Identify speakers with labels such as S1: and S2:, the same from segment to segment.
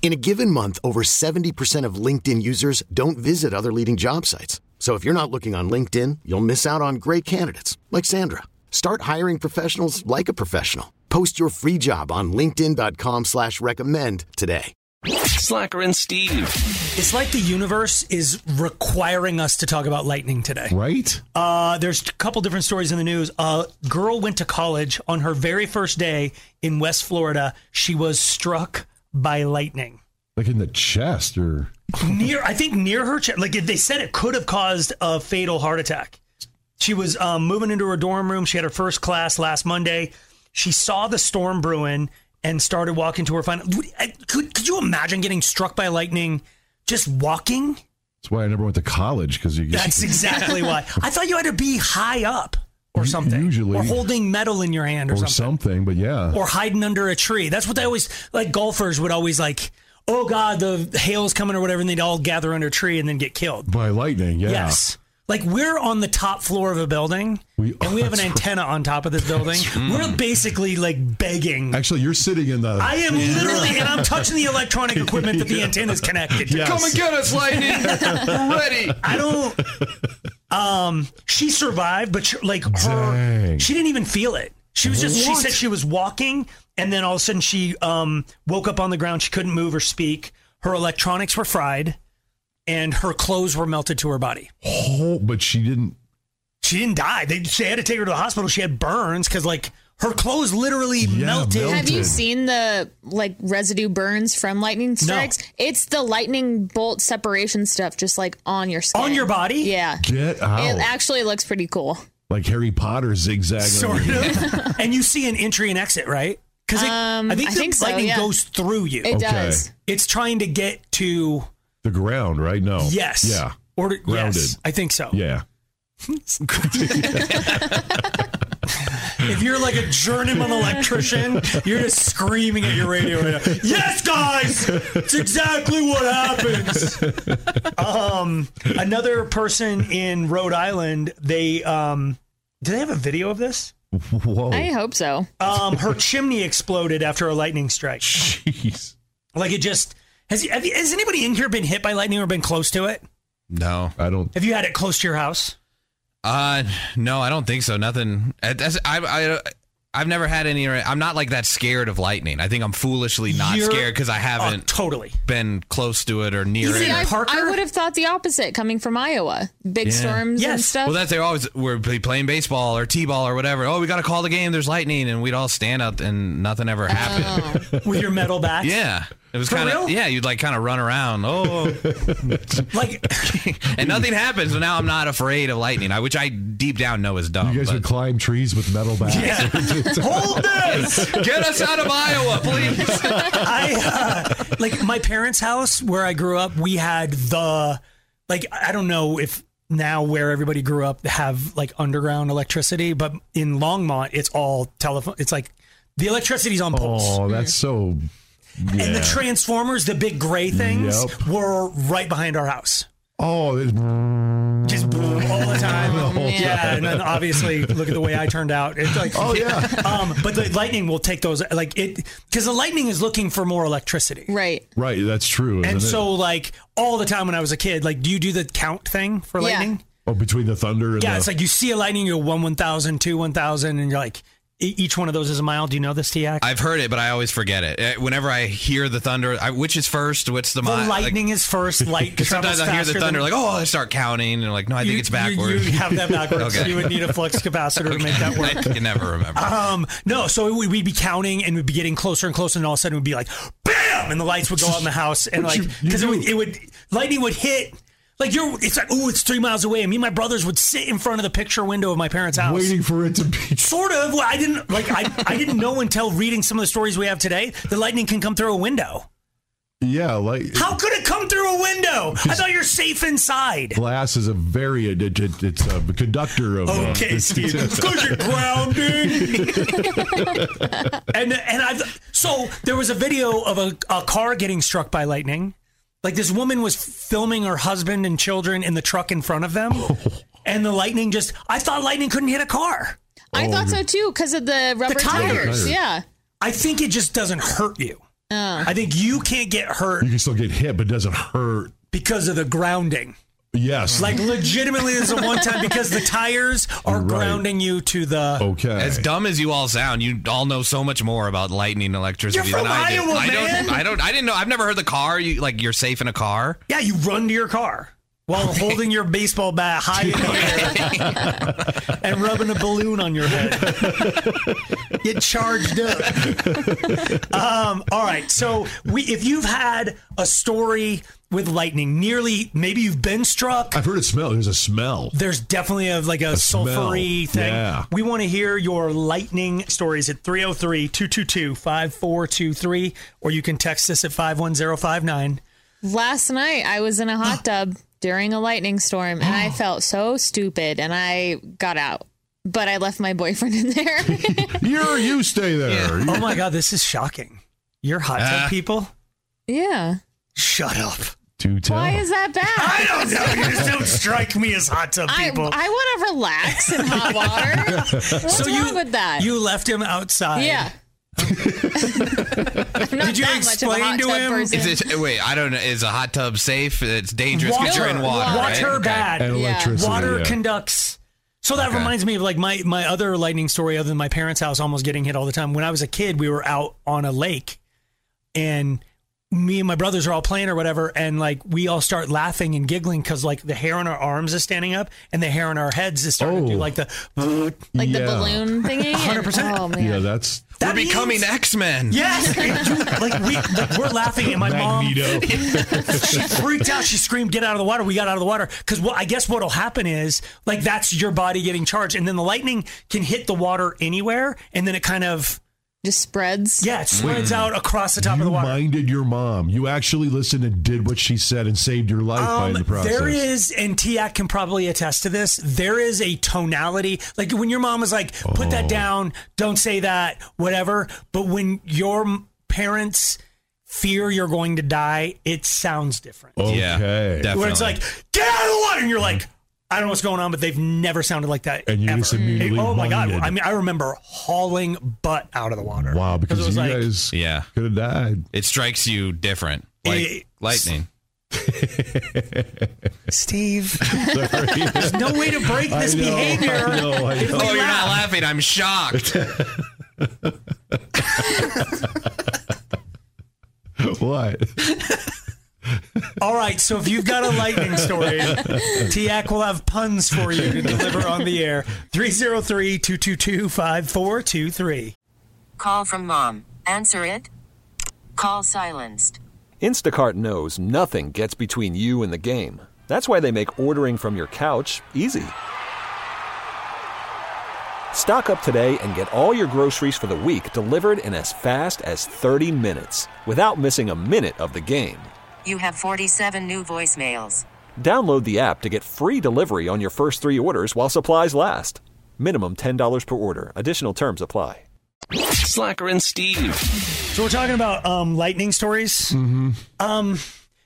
S1: In a given month, over 70% of LinkedIn users don't visit other leading job sites. So if you're not looking on LinkedIn, you'll miss out on great candidates like Sandra. Start hiring professionals like a professional. Post your free job on linkedin.com slash recommend today.
S2: Slacker and Steve.
S3: It's like the universe is requiring us to talk about lightning today.
S4: Right?
S3: Uh, there's a couple different stories in the news. A girl went to college on her very first day in West Florida. She was struck by lightning.
S4: Like in the chest or
S3: Near, I think near her chest. Like they said, it could have caused a fatal heart attack. She was um, moving into her dorm room. She had her first class last Monday. She saw the storm brewing and started walking to her final. Would- I- Could, could you imagine getting struck by lightning just walking?
S4: that's why I never went to college because you get
S3: That's exactly why. I thought you had to be high up or
S4: U-
S3: something.
S4: usually.
S3: Or holding metal in your hand or,
S4: or something.
S3: something.
S4: but yeah.
S3: Or hiding under a tree. That's what they always, like golfers would always like, oh God, the hail's coming or whatever, and they'd all gather under a tree and then get killed.
S4: by lightning, yeah.
S3: Yes. Like we're on the top floor of a building
S4: We-
S3: and we have an
S4: that's right.
S3: antenna on top of this building. We're basically like begging.
S4: Actually, you're sitting in the
S3: I am literally, and I'm touching the electronic equipment that the antenna is connected to.
S4: Yes.
S5: Come and get us, lightning! We're ready.
S3: I don't. Um, she survived, but she, like her,
S4: Dang.
S3: she didn't even feel it. She was just. She said she was walking, and then all of a sudden she um woke up on the ground. She couldn't move or speak. Her electronics were fried, and her clothes were melted to her body.
S4: hole, but she didn't.
S3: She didn't die. They, they had to take her to the hospital. She had burns because like her clothes literally
S4: Yeah,
S3: melted.
S4: melted.
S6: Have you
S4: Dude.
S6: seen the like residue burns from lightning strikes? It's the lightning bolt separation stuff just like on your skin.
S3: On your body?
S6: Yeah.
S4: Get out.
S6: It actually looks pretty cool.
S4: like Harry Potter zigzagging.
S3: Sort of. and you see an entry and exit, right? Because
S6: Um,
S3: I think
S6: I
S3: the
S6: think so,
S3: lightning
S6: yeah.
S3: goes through you.
S6: It
S4: Okay.
S6: does.
S3: it's trying to get to
S4: The ground, right? No.
S3: Yes.
S4: Oh, Yeah.
S3: Or
S4: Grounded.
S3: yes, I think so.
S4: Yeah.
S3: If you're like a journeyman electrician, you're just screaming at your radio right now. Yes, guys, it's exactly what happens. Um, another person in Rhode Island, they um, do they have a video of this?
S4: Whoa.
S6: I hope so.
S3: Um, her chimney exploded after a lightning strike.
S4: Jeez.
S3: Like it just has. you- Have you, has anybody in here been hit by lightning or been close to it?
S5: No,
S4: I don't.
S3: Have you had it close to your house?
S5: uh, no, I don't think so. Nothing. Uh, That's, I, I, I've never had any. I'm not like that scared of lightning. I think I'm foolishly not
S3: You're-
S5: scared because I
S3: Oh,
S5: haven't
S3: totally.
S5: been close to it or near
S3: Even
S5: it.
S6: See,
S3: in
S6: I,
S3: Parker?
S6: I would have thought the opposite coming from Iowa. Big
S5: Yeah.
S6: storms and
S3: Yes.
S6: stuff.
S5: Well, that's they always we're playing baseball or t-ball or whatever. Oh, we got to call the game. There's lightning, and we'd all stand up, and nothing ever happened.
S3: With your metal back.
S5: Yeah, it was
S3: For
S5: kind
S3: real?
S5: of yeah. You'd like kind of run around. Oh,
S3: Like
S5: and nothing happens. So now I'm not afraid of lightning, I, which I deep down know is
S3: Oh,
S5: dumb.
S4: You guys
S5: but-
S4: would climb trees with metal bats.
S3: Yeah. Hold this.
S5: Get us out of Iowa, please.
S3: I uh, like my parents' house where I grew up. We had the like I don't know if now where everybody grew up have like underground electricity, but in Longmont it's all telephone. It's like the electricity's on poles.
S4: Oh, that's so. Yeah.
S3: And the transformers, the big gray things,
S4: Yep.
S3: were right behind our house.
S4: oh, it,
S3: Just boom all the time.
S4: whole
S3: yeah, and then obviously look at the way I turned out. It's like,
S4: oh yeah.
S3: um, but the lightning will take those like it because the lightning is looking for more electricity.
S6: right.
S4: right. That's true.
S3: And
S4: isn't it?
S3: so, like, all the time when I was a kid, like, do you do the count thing for
S6: Yeah.
S3: lightning?
S4: Oh, between the thunder and
S3: Yeah,
S4: the,
S3: it's like you see a lightning, you go one, one thousand, two, one thousand, and you're like, E- each one of those is a mile. Do you know this, TX?
S5: I've heard it, but I always forget it. Eh, Whenever I hear the thunder, I, which is first? What's the,
S3: the
S5: mi- like,
S3: lightning is first. Light
S5: sometimes
S3: travels
S5: I hear the
S3: faster
S5: thunder,
S3: than-
S5: like oh, I start counting, and like no, I think
S3: You-
S5: it's
S3: you- You,
S5: backwards.
S3: have that backwards.
S5: Okay.
S3: You would need a flux capacitor to make that work.
S5: I can never remember.
S3: Um, no, so we- we'd be counting and we'd be getting closer and closer, and all of a sudden we'd be like, bam, and the lights would go out in the house, and like, because it would, it would, lightning would hit. Like you're, it's like, oh, it's three miles away. And me and my brothers would sit in front of the picture window of my parents' house,
S4: Waiting for it to be.
S3: Sort of. Well, I didn't like. I, I didn't know until reading some of the stories we have today that lightning can come through a window.
S4: Yeah, like
S3: How could it come through a window? I thought you're safe inside.
S4: glass is a very it, it- it's a conductor of. uh,
S3: Okay,
S4: it's-
S3: Steve, because you're grounding. and and I've so there was a video of a, a car getting struck by lightning. Like this woman was filming her husband and children in the truck in front of them, and the lightning just. I thought lightning couldn't hit a car.
S6: I
S4: Oh,
S6: thought
S4: the-
S6: so too because of the rubber
S3: tires.
S6: tires. Yeah.
S3: I think it just doesn't hurt you. I think you can't get hurt
S4: you can still get hit, but it doesn't hurt.
S3: because of the grounding.
S4: Yes.
S3: Like legitimately, there's a one time because the tires are
S4: You're right.
S3: grounding you to the.
S4: okay.
S5: As dumb as you all sound, you all know so much more about lightning and electricity
S3: You're
S5: than
S3: from
S5: I do.
S3: Iowa,
S5: I
S3: man.
S5: don't. I don't. I didn't know. I've never heard the car. You like you're safe in a car.
S3: Yeah, you run to your car while holding your baseball bat high in the air and rubbing a balloon on your head. Get charged up. Um, all right, so we if you've had a story with lightning, nearly maybe you've been struck.
S4: I've heard it smell. There's a smell.
S3: There's definitely a like a,
S4: smell.
S3: sulfury thing.
S4: Yeah.
S3: We want to hear your lightning stories at 303-222-5423 or you can text us at 51059.
S6: Last night I was in a hot tub during a lightning storm and I felt so stupid and I got out, but I left my boyfriend in there.
S4: You're you stay there.
S3: Oh my god, this is shocking. You're hot tub
S5: Ah.
S3: people.
S6: yeah.
S3: Shut up.
S4: Two tell.
S6: Why is that
S3: I
S6: bad?
S3: don't know. You just don't strike me as hot tub
S6: I,
S3: people.
S6: I want to relax in hot water. What's wrong with that?
S3: You left him outside.
S6: yeah. I'm not
S3: Did you
S6: that
S3: explain
S6: much
S3: to
S6: of a hot tub
S3: him?
S6: person.
S5: Is it? Wait, I don't know. Is a hot tub safe? It's dangerous
S3: Water.
S5: because you're in water.
S6: Water.
S5: right?
S3: Watch her
S5: Okay.
S3: bad.
S4: And
S6: Yeah.
S4: electricity.
S3: Water
S4: yeah.
S3: conducts. So that
S5: Okay.
S3: reminds me of like my my other lightning story other than my parents' house almost getting hit all the time. When I was a kid, we were out on a lake and me and my brothers are all playing or whatever and like we all start laughing and giggling cuz like the hair on our arms is standing up and the hair on our heads is starting to do
S4: Oh.
S3: like the
S6: like
S4: Yeah.
S6: the balloon thingy?
S3: 100%.
S6: Oh, man.
S4: Yeah, that's
S3: That
S5: We're
S3: means-
S5: becoming X Men.
S3: Yes, like we like we're laughing and my mom
S4: Magneto.
S3: she freaked out. She screamed, "Get out of the water!" We got out of the water because well, I guess what'll happen is like that's your body getting charged, and then the lightning can hit the water anywhere, and then it kind of
S6: Just spreads.
S3: yeah it spreads out across the top of
S4: Mm. you
S3: the water.
S4: minded your mom. You actually listened and did what she said and saved your life by the process.
S3: Um, There is, and Tiak can probably attest to this. There is a tonality, like when your mom is like, "Put
S4: Oh.
S3: that down, don't say that, whatever." But when your m- parents fear you're going to die, it sounds different.
S4: okay.
S5: Yeah, definitely.
S3: Where it's like, "Get out of the water," and you're like, "I don't know what's going on," but they've never sounded like that.
S4: And you
S3: ever.
S4: just immediately
S3: Oh my god!
S4: minded.
S3: I mean, I remember hauling butt out of the water.
S4: Wow, because
S3: it
S4: you
S3: was like-
S4: guys
S5: Yeah.
S4: could have died.
S5: It strikes you different, like
S3: It-
S5: lightning.
S3: Steve,
S4: Sorry.
S3: no way to break this
S4: I know,
S3: behavior.
S4: I know, I
S3: If
S4: know.
S3: we
S5: Oh, you're
S3: laugh.
S5: not laughing. I'm shocked.
S4: what?
S3: All right, so if you've got a lightning story, TAC will have puns for you to deliver on the air. 303-222-5423.
S7: Call from mom. Answer it. Call silenced.
S8: Instacart knows nothing gets between you and the game. That's why they make ordering from your couch easy. Stock up today and get all your groceries for the week delivered in as fast as 30 minutes without missing a minute of the game.
S7: You have 47 new voicemails.
S8: Download the app to get free delivery on your first three orders while supplies last. Minimum $10 per order. Additional terms apply.
S2: Slacker and Steve.
S3: So we're talking about um, lightning stories. Um,
S4: Mm-hmm.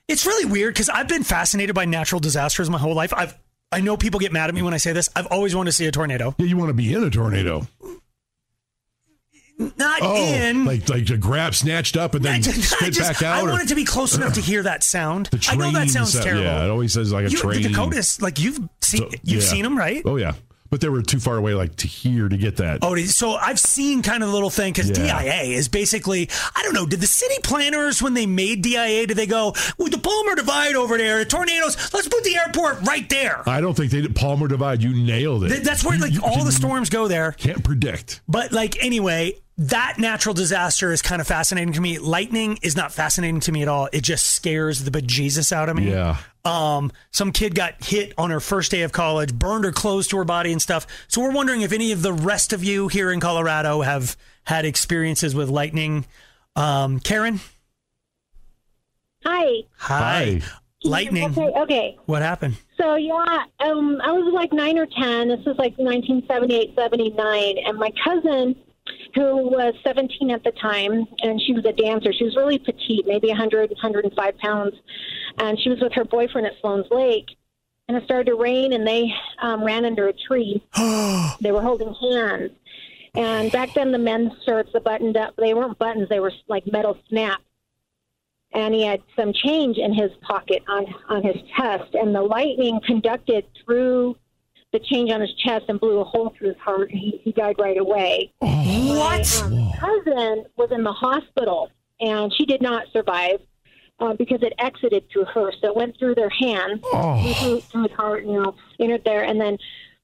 S3: it's really weird because I've been fascinated by natural disasters my whole life. I've I know people get mad at me when I say this. I've always wanted to see a tornado.
S4: Yeah, you want to be in a tornado?
S3: Not
S4: Oh,
S3: in.
S4: like like to grab snatched up and
S3: I,
S4: then
S3: just, I
S4: spit
S3: just-
S4: back
S3: I
S4: out. or
S3: wanted to be close enough to hear that sound.
S4: the train
S3: I know that sounds
S4: sound-
S3: terrible.
S4: Yeah, it always says like a
S3: you,
S4: train.
S3: The Dakotas, like you've seen,
S4: So-
S3: you've
S4: yeah.
S3: seen them, right?
S4: Oh yeah, But they were too far away, like to here, to get that.
S3: Oh, so I've seen kind of the little thing because
S4: Yeah.
S3: DIA is basically, I don't know, did the city planners, when they made DIA, did they go, with the Palmer Divide over there, the tornadoes, let's put the airport right there?
S4: I don't think they did Palmer Divide. You nailed it.
S3: Th- That's where
S4: You-
S3: like
S4: you
S3: all the
S4: didn't-
S3: storms go there.
S4: Can't predict.
S3: But like anyway, that natural disaster is kind of fascinating to me. Lightning is not fascinating to me at all. It just scares the bejesus out of me.
S4: Yeah.
S3: Um, some kid got hit on her first day of college, burned her clothes to her body and stuff. So we're wondering if any of the rest of you here in Colorado have had experiences with lightning. Um, Karen,
S9: Hi.
S3: hi. Lightning.
S9: Okay, okay.
S3: What happened?
S9: So, yeah, um, I was like 9 or 10. This was like 1978, 79. And my cousin, who was 17 at the time, and she was a dancer, she was really petite, maybe 100, 105 pounds. And she was with her boyfriend at Sloan's Lake. And it started to rain, and they um, ran under a tree. they were holding hands. And back then, the men's shirts, the buttoned up, they weren't buttons, they were like metal snaps. and he had some change in his pocket on on his chest and the lightning conducted through the change on his chest and blew a hole through his heart and he, he died right away
S4: Oh,
S9: what my um, cousin was in the hospital and she did not survive uh, because it exited through her so it went through their hand blew through, through his heart you know entered there and then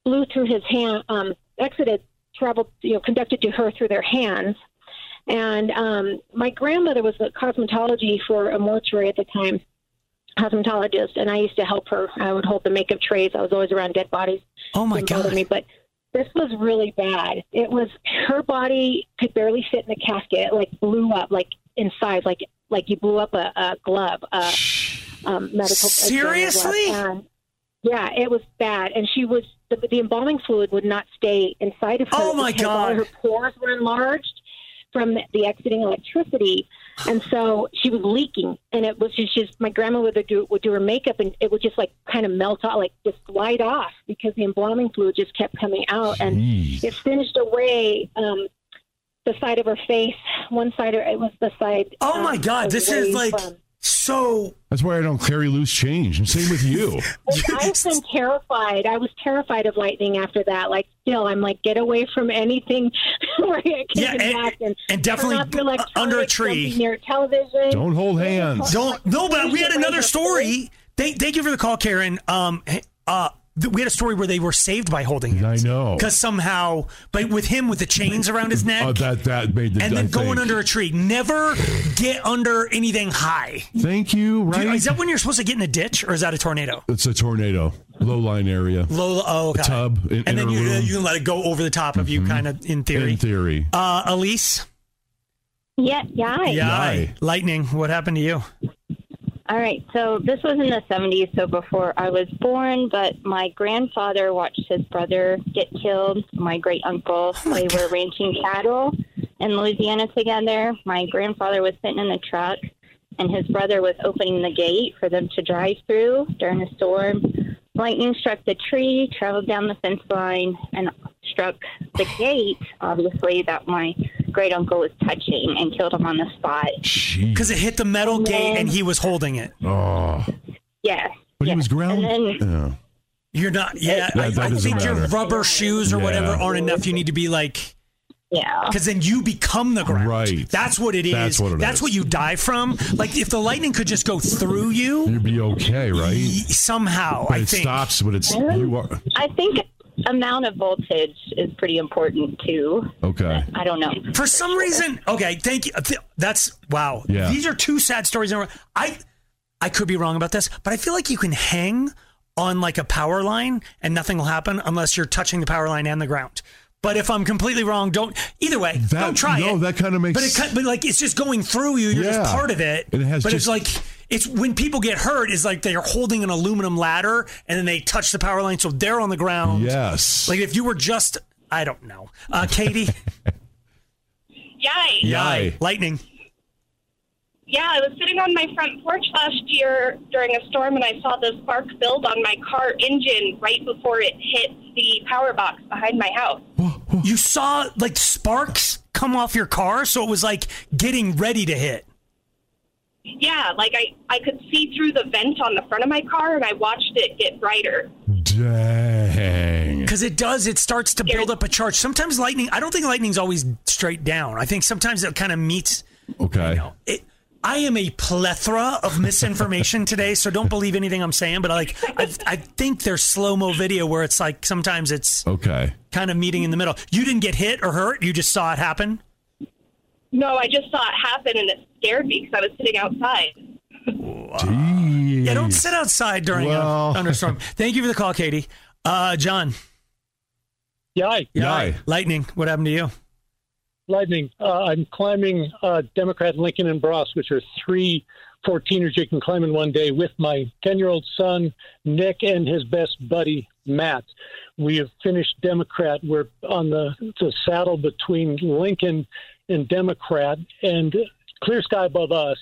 S9: blew through his hand um, exited traveled you know conducted to her through their hands and um, my grandmother was a cosmetology for a mortuary at the time, cosmetologist, and I used to help her. I would hold the makeup trays. I was always around dead bodies.
S3: Oh my
S9: Didn't bother
S3: God.
S9: Me, but this was really bad. It was her body could barely fit in the casket. It like blew up, like in size, like like you blew up a, a glove, a um, medical. a glove.
S3: Seriously?
S9: And, yeah, it was bad, and she was the, the embalming fluid would not stay inside of her.
S3: Oh, my
S9: because all
S3: God.
S9: Her pores were enlarged from the exiting electricity, and so she was leaking. And it was just, just my grandma would do would do her makeup, and it would just like kind of melt off, like just slide off because the embalming fluid just kept coming out, and it finished away
S6: uh,
S9: um, the side of her face, one side, or it was the side.
S3: Oh my
S9: um,
S3: God, this is
S9: away
S3: like
S9: from-
S3: so.
S4: That's why I don't carry loose change. And same with you.
S9: and I've been terrified. I was terrified of lightning after that. Like, still, I'm like, get away from anything where it
S3: Yeah,
S9: can
S3: and-
S9: impact and,
S3: and definitely
S9: turn off your
S3: uh, under a
S9: electronics, don't be
S3: tree.
S9: near television.
S4: Don't hold hands.
S3: Don't no, but we had another story. They thank you for the call, Karen. Um, uh, th- we had a story where they were saved by holding
S4: I
S3: hands
S4: know.
S3: because somehow, but with him with the chains around his neck
S4: Oh, that that made the
S3: and then
S4: I
S3: going
S4: think.
S3: under a tree. Never get under anything high.
S4: Thank
S3: Do
S4: you. Right.
S3: you- is that when you're supposed to get in a ditch, or is that a tornado?
S4: It's a tornado, low line area.
S3: Low, oh, okay.
S4: A tub in-
S3: and then
S4: in a
S3: you uh,
S4: room. Mm-hmm.
S3: you can let it go over the top of you, kind of in theory.
S4: In theory.
S3: uh, Elise,
S6: Yeah, yeah.
S3: yeah, lightning. What happened to you?
S6: All right. So this was in the 70s, so before I was born, but my grandfather watched his brother get killed, my great uncle. they were ranching cattle in Louisiana together. My grandfather was sitting in the truck, and his brother was opening the gate for them to drive through during a storm. Lightning struck the tree, traveled down the fence line, and struck the gate, obviously, that my great uncle was touching and killed him on the spot.
S3: Because it hit the metal gate and he was holding it.
S4: Oh.
S6: Yes.
S4: But he was ground.
S6: And
S4: Yeah.
S3: You're not. Yeah,
S4: That-
S3: I,
S4: that
S3: I
S4: doesn't
S3: think your
S4: matter.
S3: rubber shoes or
S4: Yeah.
S3: whatever aren't enough. You need to be like,
S6: yeah,
S3: because then you become the ground. Right. That's what it is.
S4: That's what it is.
S3: you die from. Like if the lightning could just go through you
S4: You'd be okay, right?
S3: somehow,
S4: But
S3: I
S4: it
S3: think.
S4: stops. But it's you are
S6: I think amount of voltage is pretty important too.
S4: okay.
S6: I don't know.
S3: For some reason, okay. Thank you. Th- That's wow.
S4: Yeah.
S3: These are two sad stories. In a row. I, I could be wrong about this, but I feel like you can hang on like a power line and nothing will happen unless you're touching the power line and the ground. But if I'm completely wrong, don't. Either way, don't try
S4: no,
S3: it.
S4: that kinda makes-
S3: But it, cut- but like it's just going through you. You're
S4: Yeah.
S3: just part of it.
S4: And it has
S3: but it's
S4: just-
S3: like it's when people get hurt is like they are holding an aluminum ladder and then they touch the power line, so they're on the ground.
S4: Yes.
S3: Like if you were just, I don't know, uh, Katie.
S10: Yay.
S3: Yay. Lightning.
S10: Yeah, I was sitting on my front porch last year during a storm and I saw this spark build on my car engine right before it hit the power box behind my house.
S3: You saw like sparks come off your car, so it was like getting ready to hit.
S10: Yeah, like I, I could see through the vent on the front of my car and I watched it get brighter.
S4: Dang.
S3: Because it does, it starts to build up a charge. Sometimes lightning, I don't think lightning's always straight down. I think sometimes it kind of meets.
S4: Okay.
S3: It, I am a plethora of misinformation today, so don't believe anything I'm saying. But like, I, I think there's slow mo video where it's like sometimes it's
S4: Okay.
S3: kind of meeting in the middle. You didn't get hit or hurt; you just saw it happen.
S11: No, I just saw it happen and it scared me because I was sitting outside.
S3: Yeah, don't
S9: Mm.
S3: sit outside during
S4: Well.
S3: a thunderstorm. Thank you for the call, Katie. Uh, John.
S9: Yay.
S3: Yay. Lightning. What happened to you?
S9: Lightning. Uh, I'm climbing uh, Democrat Lincoln and Bross, which are three 14ers you can climb in one day with my 10 year old son, Nick, and his best buddy, Matt. We have finished Democrat. We're on the, the saddle between Lincoln and Democrat, and clear sky above us.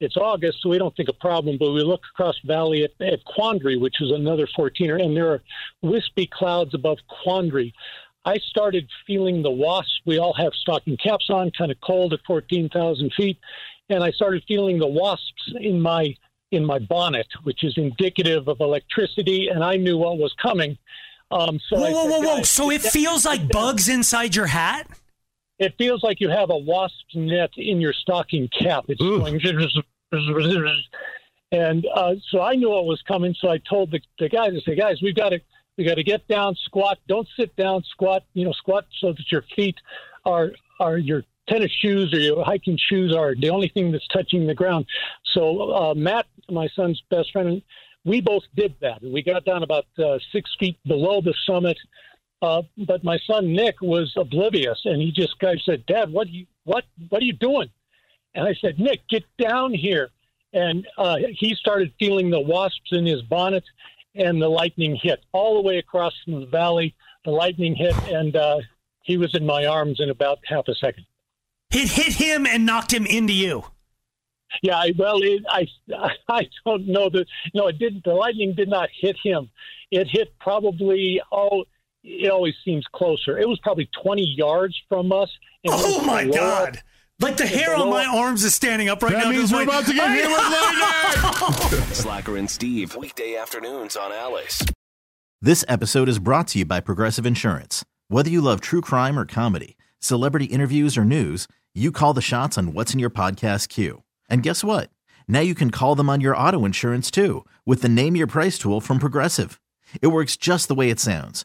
S9: It's August, so we don't think a problem, but we look across valley at, at Quandary, which is another 14er, and there are wispy clouds above Quandary. I started feeling the wasp. We all have stocking caps on, kind of cold at 14,000 feet, and I started feeling the wasps in my in my bonnet, which is indicative of electricity, and I knew what was coming. Um, so
S3: Whoa,
S9: I
S3: whoa,
S9: said,
S3: whoa, whoa!
S9: "Guys,
S3: So it
S9: get down,
S3: feels
S9: get
S3: like
S9: down."
S3: bugs inside your hat.
S9: It feels like you have a wasp net in your stocking cap. It's going, and uh, so I knew what was coming. So I told the, the guys, I said, guys, we've got to we got to get down, squat. Don't sit down, squat. You know, squat so that your feet are are your tennis shoes or your hiking shoes are the only thing that's touching the ground. So uh, Matt, my son's best friend, we both did that. We got down about uh, six feet below the summit. Uh, but my son Nick was oblivious, and he just guy said, "Dad, what you what what are you doing?" And I said, "Nick, get down here." And uh, he started feeling the wasps in his bonnet, and the lightning hit all the way across from the valley. The lightning hit, and uh, he was in my arms in about half a second.
S3: It hit him and knocked him into you.
S9: Yeah, I, well, it, I I don't know that. No, it didn't. The lightning did not hit him. It hit probably oh, it always seems closer. It was probably twenty yards from us. and it
S3: Oh
S9: was
S3: my
S9: below us.
S3: God! Like the
S9: It's
S3: hair on
S9: below
S3: my
S9: us.
S3: arms is standing up right
S9: That
S3: now.
S9: means
S3: just
S9: we're
S3: like,
S9: about to get
S3: "I
S9: hit with
S3: know!"
S2: Slacker and Steve, weekday afternoons on Alice.
S12: This episode is brought to you by Progressive Insurance. Whether you love true crime or comedy, celebrity interviews or news, you call the shots on what's in your podcast queue. And guess what? Now you can call them on your auto insurance too with the Name Your Price tool from Progressive. It works just the way it sounds.